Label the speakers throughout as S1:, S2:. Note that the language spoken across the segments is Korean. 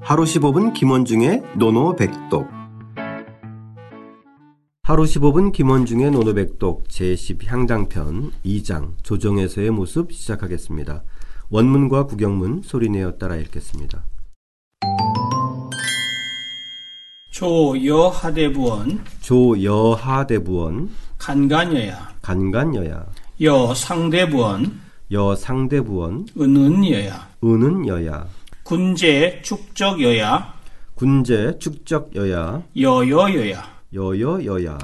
S1: 하루 15분 김원중의 노노백독 하루 15분 김원중의 노노백독 제10향당편 2장 조정에서의 모습 시작하겠습니다. 원문과 구경문 소리내어 따라 읽겠습니다.
S2: 조여하대부원
S1: 조여하대부원
S2: 간간여야
S1: 간간여야
S2: 여상대부원
S1: 여상대부원
S2: 은은여야
S1: 은은여야
S2: 군제 축적여야
S1: 군제 축적여야
S2: 여여여야
S1: 여여여야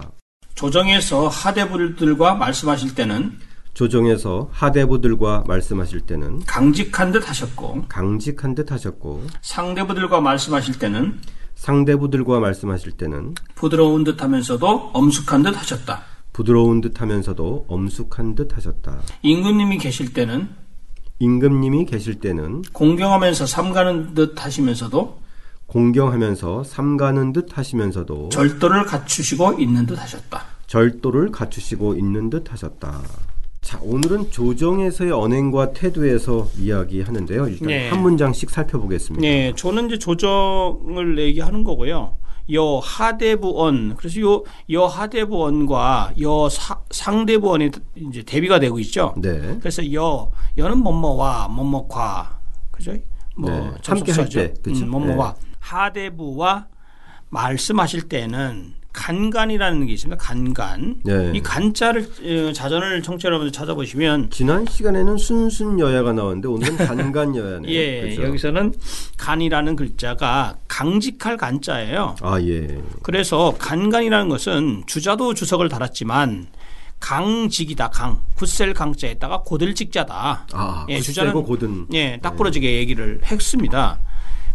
S2: 조정에서 하대부들과 말씀하실 때는
S1: 조정에서 하대부들과 말씀하실 때는
S2: 강직한 듯 하셨고
S1: 강직한 듯 하셨고
S2: 상대부들과 말씀하실 때는
S1: 상대부들과 말씀하실 때는
S2: 부드러운 듯 하면서도 엄숙한 듯 하셨다.
S1: 부드러운 듯 하면서도 엄숙한 듯 하셨다.
S2: 임금님이 계실 때는
S1: 임금님이 계실 때는
S2: 공경하면서 삼가는 듯 하시면서도
S1: 공경하면서 삼가는 듯 하시면서도
S2: 절도를 갖추시고 있는 듯 하셨다.
S1: 절도를 갖추시고 있는 듯 하셨다. 자, 오늘은 조정에서의 언행과 태도에서 이야기하는데요. 일단
S2: 네.
S1: 한 문장씩 살펴보겠습니다.
S2: 네, 저는 이제 조정을 얘기하는 거고요. 여 하대부원 그래서 요 여 하대부원과 여 사- 상대부원이 이제 대비가 되고 있죠.
S1: 네.
S2: 그래서 여 여는 뭐뭐와 뭐뭐과 그죠? 뭐
S1: 네, 함께
S2: 접속사죠.
S1: 할 때, 네. 그쵸?
S2: 음, 뭐뭐와 하대부와 말씀하실 때는 간간이라는 게 있습니다. 간간
S1: 네.
S2: 이그 간자를 어, 자전을 청취자 여러분들 찾아보시면
S1: 지난 시간에는 순순 여야가 나왔는데 오늘은 간간 여야네요. 그렇죠?
S2: 예
S1: 그죠?
S2: 여기서는 간이라는 글자가 강직할 간자예요.
S1: 아, 예.
S2: 그래서 간간이라는 것은 주자도 주석을 달았지만 강직이다 강 굳셀 강자에다가 고들직자다
S1: 아,
S2: 예,
S1: 예,
S2: 주자는-
S1: 주자고 고든
S2: 예 딱 부러지게 얘기를 했습니다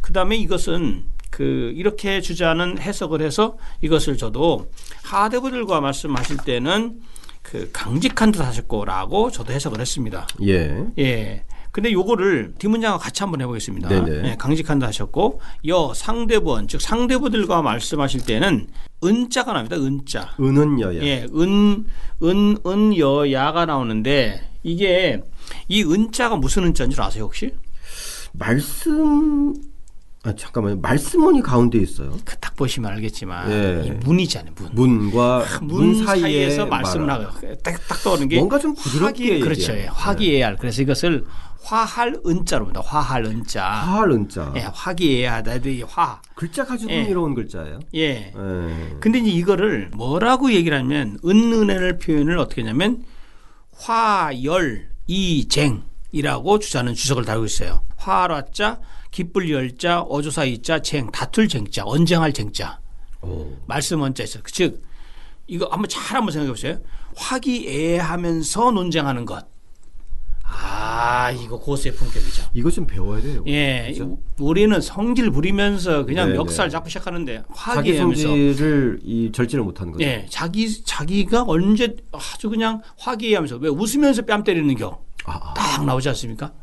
S2: 그다음에 이것은 그 이렇게 주자는 해석을 해서 이것을 저도 하대부들과 말씀하실 때는 그 강직한 듯 하셨고라고 저도 해석을 했습니다
S1: 예.
S2: 예 근데 요거를 뒷문장과 같이 한번 해보겠습니다
S1: 네네.
S2: 예, 강직한 듯 하셨고 여 상대부원 즉 상대부들과 말씀하실 때는 은자가 나옵니다 은자
S1: 은은 여야.
S2: 예, 은, 은, 은, 여, 야가 나오는데 이게 이 은자가 무슨 은자인 줄 아세요 혹시?
S1: 말씀 아 잠깐만요. 말씀원이 가운데 있어요.
S2: 그 딱 보시면 알겠지만
S1: 예.
S2: 이 문이잖아요 문.
S1: 문과
S2: 문,
S1: 문, 사이에
S2: 사이에서 말씀을
S1: 말아.
S2: 하고 딱, 딱 떠오르는 게
S1: 뭔가 좀 부드럽게
S2: 그렇죠. 예,
S1: 얘기해요. 네.
S2: 화기애애할. 그래서 이것을 화할 은자로입니다. 화할 은자.
S1: 화할 아, 은자.
S2: 예, 화기애애하다. 이 화.
S1: 글자 가지고
S2: 예.
S1: 이로운 글자예요.
S2: 예.
S1: 예.
S2: 근데 이제 이거를 뭐라고 얘기를 하면 은은해를 표현을 어떻게 하냐면 화열 이쟁이라고 주자는 주석을 달고 있어요. 화라자 기쁠 열자 어조사 이자 쟁 다툴 쟁자 언쟁할 쟁자
S1: 오.
S2: 말씀 원자 있어. 즉 이거 한번 잘 한번 생각해 보세요. 화기애애하면서 논쟁하는 것. 아 이거 고수의 품격이죠.
S1: 이거 좀 배워야 돼요.
S2: 예, 우리는 성질 부리면서
S1: 그렇죠.
S2: 그냥
S1: 네, 네.
S2: 역사를 잡고 시작하는데
S1: 자기
S2: 화기애애하면서
S1: 성질을 이 절제를 못하는 거죠.
S2: 예, 자기 자기가 언제 아주 그냥 화기애애하면서 왜 웃으면서 뺨 때리는
S1: 아, 아.
S2: 경딱 나오지 않습니까?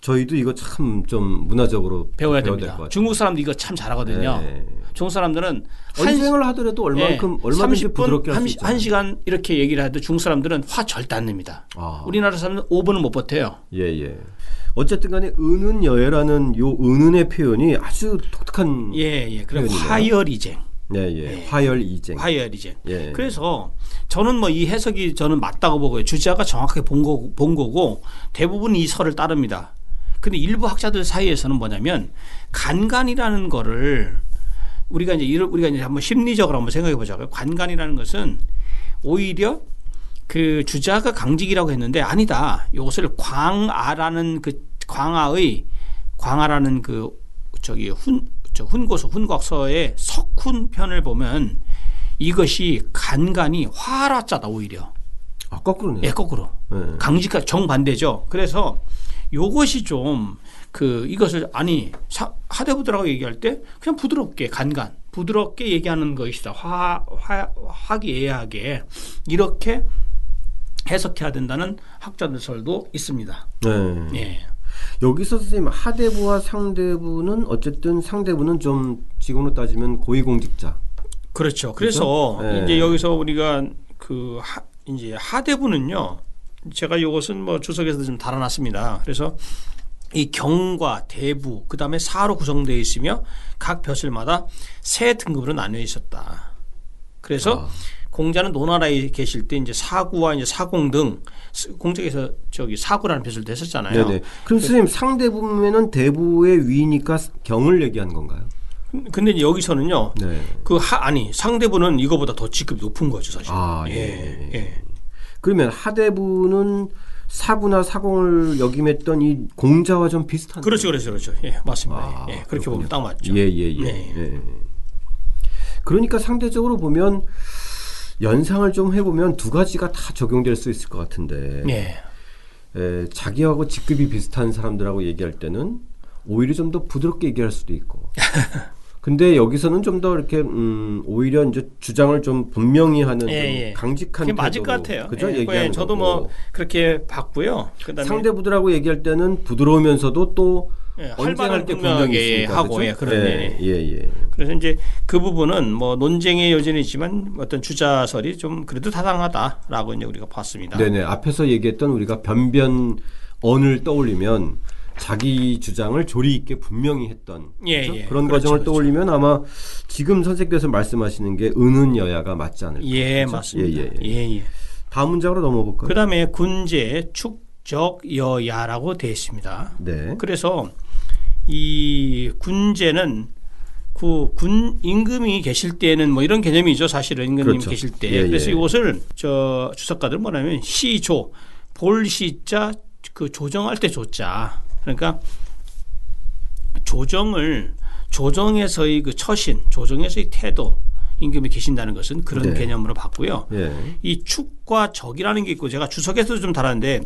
S1: 저희도 이거 참 좀 문화적으로
S2: 배워야
S1: 될것
S2: 됩니다.
S1: 같아요.
S2: 중국 사람들 이거 참 잘하거든요.
S1: 예.
S2: 중국 사람들은 예,
S1: 언쟁을 하더라도 얼만큼 얼마든지
S2: 30분,
S1: 부드럽게 할 수
S2: 한,
S1: 있죠.
S2: 한 시간 이렇게 얘기를 해도 중국 사람들은 화 절대 안 냅니다.
S1: 아.
S2: 우리나라 사람들은 5분은 못 버텨요.
S1: 예, 예. 어쨌든 간에 은은 여해라는 요 은은의 표현이 아주 독특한
S2: 예, 예. 그리고
S1: 그러네요.
S2: 화열이쟁,
S1: 예, 예. 화열 이쟁.
S2: 화열이쟁.
S1: 예.
S2: 그래서 저는 뭐 이 해석이 저는 맞다고 보고요. 주자가 정확하게 본, 거, 본 거고 대부분 이 설을 따릅니다. 근데 일부 학자들 사이에서는 뭐냐면 간간이라는 거를 우리가 이제 이를 우리가 이제 한번 심리적으로 한번 생각해 보자고요. 간간이라는 것은 오히려 그 주자가 강직이라고 했는데 아니다. 이것을 광아라는 그 광아의 광아라는 그 저기 훈 저 훈고서 훈곽서의 석훈 편을 보면 이것이 간간이 화라짜다 오히려
S1: 아, 거꾸로네요.
S2: 예 거꾸로
S1: 예.
S2: 강직과 정반대죠. 그래서 요것이 좀 그 이것을 아니 사- 하대부들하고 얘기할 때 그냥 부드럽게 간간 부드럽게 얘기하는 것이다. 화, 화 화기애애하게 이렇게 해석해야 된다는 학자들 설도 있습니다.
S1: 네.
S2: 예.
S1: 여기서 선생님 하대부와 상대부는 어쨌든 상대부는 좀 지금으로 따지면 고위공직자.
S2: 그렇죠. 그래서
S1: 그죠?
S2: 이제
S1: 예.
S2: 여기서 우리가 그 하, 이제 하대부는요. 제가 이것은 뭐 주석에서도 좀 달아놨습니다. 그래서 이 경과, 대부, 그 다음에 사로 구성되어 있으며 각 벼슬마다 세 등급으로 나뉘어 있었다. 그래서
S1: 아.
S2: 공자는 노나라에 계실 때 이제 사구와 이제 사공 등 스- 공자께서 저기 사구라는 벼슬도 했었잖아요.
S1: 네네. 그럼 선생님 상대 부면은 대부의 위니까 경을 얘기하는 건가요?
S2: 근데 이제 여기서는요.
S1: 네.
S2: 그 하, 아니 상대부는 이거보다 더 직급이 높은 거죠 사실.
S1: 아, 예,
S2: 예.
S1: 예.
S2: 예.
S1: 그러면 하대부는 사구나 사공을 역임했던 이 공자와 좀 비슷한.
S2: 그렇죠, 그렇죠, 그렇죠. 예, 맞습니다.
S1: 아,
S2: 예, 그렇게 보면 딱 맞죠.
S1: 예예 예, 예.
S2: 네.
S1: 예. 그러니까 상대적으로 보면 연상을 좀 해보면 두 가지가 다 적용될 수 있을 것 같은데
S2: 예.
S1: 에, 자기하고 직급이 비슷한 사람들하고 얘기할 때는 오히려 좀 더 부드럽게 얘기할 수도 있고. 근데 여기서는 좀 더 이렇게 음, 오히려 이제 주장을 좀 분명히 하는
S2: 예,
S1: 좀
S2: 예.
S1: 강직한
S2: 그게 맞을
S1: 태도로,
S2: 것 같아요.
S1: 그죠?
S2: 예,
S1: 얘기하는
S2: 예,
S1: 거고.
S2: 저도 뭐 그렇게 봤고요. 그다음에
S1: 상대부들하고 얘기할 때는 부드러우면서도 또
S2: 예,
S1: 언쟁할
S2: 활발을
S1: 때 분명히
S2: 분명하게 예,
S1: 있으니까,
S2: 하고
S1: 그죠?
S2: 예, 그런 예.
S1: 예, 예, 예.
S2: 그래서 이제 그 부분은 뭐 논쟁의 여지이지만 어떤 주자설이 좀 그래도 타당하다라고 이제 우리가 봤습니다.
S1: 네네 앞에서 얘기했던 우리가 변변언을 떠올리면 자기 주장을 조리 있게 분명히 했던
S2: 예,
S1: 그죠?
S2: 예.
S1: 그런
S2: 그렇죠,
S1: 과정을
S2: 그렇죠.
S1: 떠올리면 아마 지금 선생께서 말씀하시는 게 은은 여야가 맞지 않을까.
S2: 예,
S1: 네, 그죠?
S2: 맞습니다.
S1: 예, 예, 예.
S2: 예, 예.
S1: 다음 문장으로 넘어 볼까요?
S2: 그다음에 군제 축적 여야라고 되어 있습니다.
S1: 네.
S2: 그래서 이 군제는 그 군 임금이 계실 때는 뭐 이런 개념이죠 사실은 임금님
S1: 그렇죠.
S2: 계실 때
S1: 예,
S2: 그래서
S1: 예.
S2: 이것을 저 주석가들은 뭐냐면 시조 볼시자 그 조정할 때 조자 그러니까 조정을 조정에서의 그 처신 조정에서의 태도 임금이 계신다는 것은 그런
S1: 네.
S2: 개념으로 봤고요
S1: 예.
S2: 이 축과 적이라는 게 있고 제가 주석에서도 좀 다뤘는데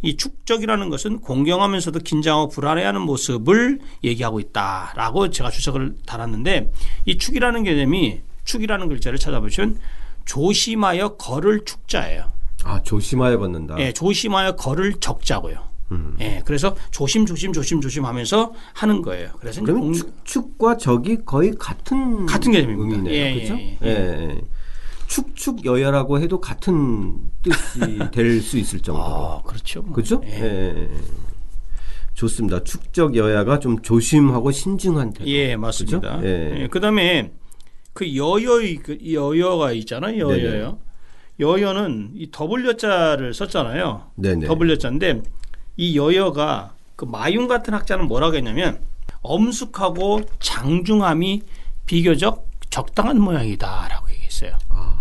S2: 이 축적이라는 것은 공경하면서도 긴장하고 불안해하는 모습을 얘기하고 있다라고 제가 주석을 달았는데 이 축이라는 개념이 축이라는 글자를 찾아보시면 조심하여 걸을 축자예요.
S1: 아, 조심하여 받는다.
S2: 예, 조심하여 걸을 적자고요.
S1: 음.
S2: 예, 그래서 조심 조심 조심 조심하면서 하는 거예요. 그래서 이제
S1: 그러면
S2: 공-
S1: 축, 축과 적이 거의 같은
S2: 음. 같은 개념입니다.
S1: 의미네요.
S2: 예,
S1: 그렇죠?
S2: 예,
S1: 예, 예. 축축 여야라고 해도 같은 뜻이 될 수 있을 정도로.
S2: 아, 그렇죠. 뭐.
S1: 그죠? 예. 예, 예. 좋습니다. 축적 여야가 좀 조심하고 신중한 태도.
S2: 예, 맞습니다.
S1: 그죠?
S2: 그
S1: 예.
S2: 그다음에 그 여여의 그 여여가 있잖아요. 여여요. 여여는 이 더블여자를 썼잖아요.
S1: 네네.
S2: 더블여자인데 이 여여가 그 마윤 같은 학자는 뭐라고 했냐면 엄숙하고 장중함이 비교적 적당한 모양이다라고 얘기했어요.
S1: 아,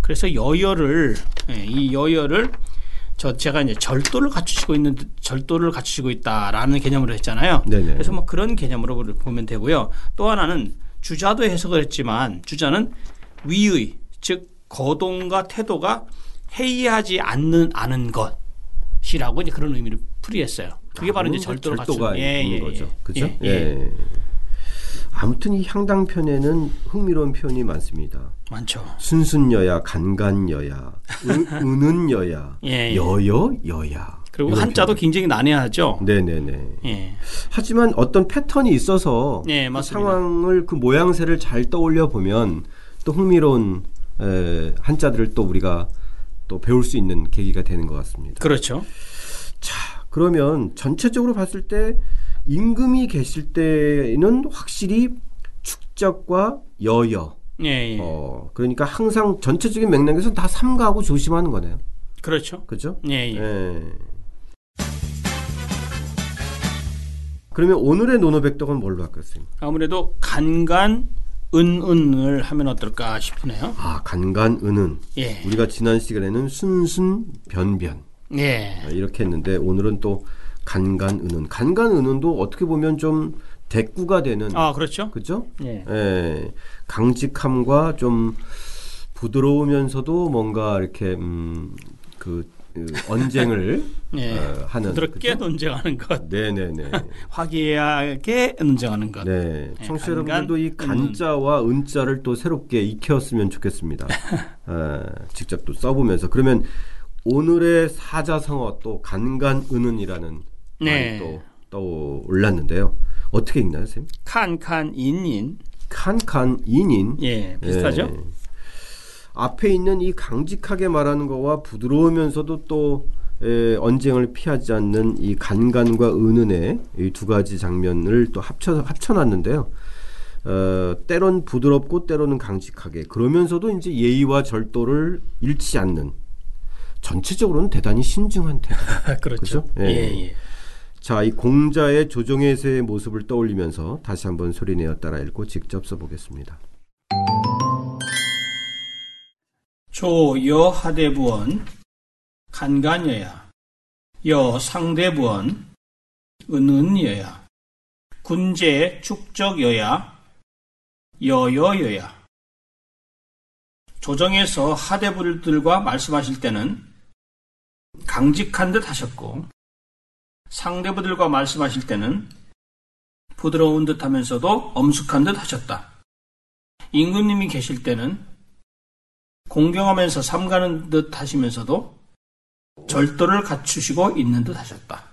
S2: 그래서 여여를 예, 이 여여를 저 제가 이제 절도를 갖추시고 있는 듯- 절도를 갖추시고 있다라는 개념으로 했잖아요.
S1: 네네.
S2: 그래서 뭐 그런 개념으로 보- 보면 되고요. 또 하나는 주자도 해석을 했지만 주자는 위의 즉 거동과 태도가 해이하지 않는 않은 것이라고 이제 그런 의미를 풀이했어요. 그게 바로 이제 절도를
S1: 아, 음, 절도가
S2: 갖추는 예,
S1: 있는
S2: 예,
S1: 거죠.
S2: 예.
S1: 그죠?
S2: 예,
S1: 예.
S2: 예.
S1: 아무튼 이 향당편에는 흥미로운 표현이 많습니다.
S2: 많죠.
S1: 순순 여야, 간간 여야, 은, 은은 여야,
S2: 예, 예.
S1: 여여 여야.
S2: 그리고 한자도 굉장히 난해하죠.
S1: 네네네.
S2: 예.
S1: 하지만 어떤 패턴이 있어서
S2: 네,
S1: 그
S2: 맞습니다.
S1: 상황을 그 모양새를 잘 떠올려 보면 또 흥미로운 에, 한자들을 또 우리가 또 배울 수 있는 계기가 되는 것 같습니다.
S2: 그렇죠.
S1: 자, 그러면 전체적으로 봤을 때 임금이 계실 때는 확실히 축적과 여여.
S2: 예, 예.
S1: 어, 그러니까 항상 전체적인 맥락에서 다 삼가하고 조심하는 거네요.
S2: 그렇죠.
S1: 그죠?
S2: 예, 예.
S1: 예. 그러면 오늘의 노노백덕은 뭘로 할까요, 선생님?
S2: 아무래도 간간 은은을 하면 어떨까 싶으네요.
S1: 아, 간간 은은.
S2: 예.
S1: 우리가 지난 시간에는 순순 변변
S2: 예.
S1: 아, 이렇게 했는데 오늘은 또 간간 은은. 간간 은은도 어떻게 보면 좀 대꾸가 되는
S2: 아, 그렇죠?
S1: 그죠?
S2: 예.
S1: 예. 강직함과 좀 부드러우면서도 뭔가 이렇게 음, 그 어, 언쟁을
S2: 예.
S1: 어, 하는
S2: 부드럽게 논쟁하는 것,
S1: 네, 네, 네.
S2: 화기애애하게 논쟁하는 것.
S1: 네,
S2: 네,
S1: 청취자
S2: 간간,
S1: 여러분들도 이
S2: 음.
S1: 간자와 은자를 또 새롭게 익혔으면 좋겠습니다. 어, 직접 또 써보면서 그러면 오늘의 사자성어 또 간간은은이라는 말이
S2: 네.
S1: 또 떠올랐는데요. 어떻게 읽나요, 쌤?
S2: 칸칸 인인.
S1: 칸칸인인
S2: 예. 비슷하죠?
S1: 예. 앞에 있는 이 강직하게 말하는 거와 부드러우면서도 또 에, 언쟁을 피하지 않는 이 간간과 은은의 이 두 가지 장면을 또 합쳐 합쳐놨는데요. 어, 때론 부드럽고 때로는 강직하게 그러면서도 이제 예의와 절도를 잃지 않는 전체적으로는 대단히 신중한 태도.
S2: 그렇죠.
S1: 그죠? 예.
S2: 예, 예.
S1: 자, 이 공자의 조정에서의 모습을 떠올리면서 다시 한번 소리내어 따라 읽고 직접 써보겠습니다.
S2: 조여 하대부원 간간여야 여 상대부원 은은여야 군제 축적여야 여여여야 조정에서 하대부들과 말씀하실 때는 강직한 듯 하셨고 상대부들과 말씀하실 때는 부드러운 듯 하면서도 엄숙한 듯 하셨다. 임금님이 계실 때는 공경하면서 삼가는 듯 하시면서도 절도를 갖추시고 있는 듯 하셨다.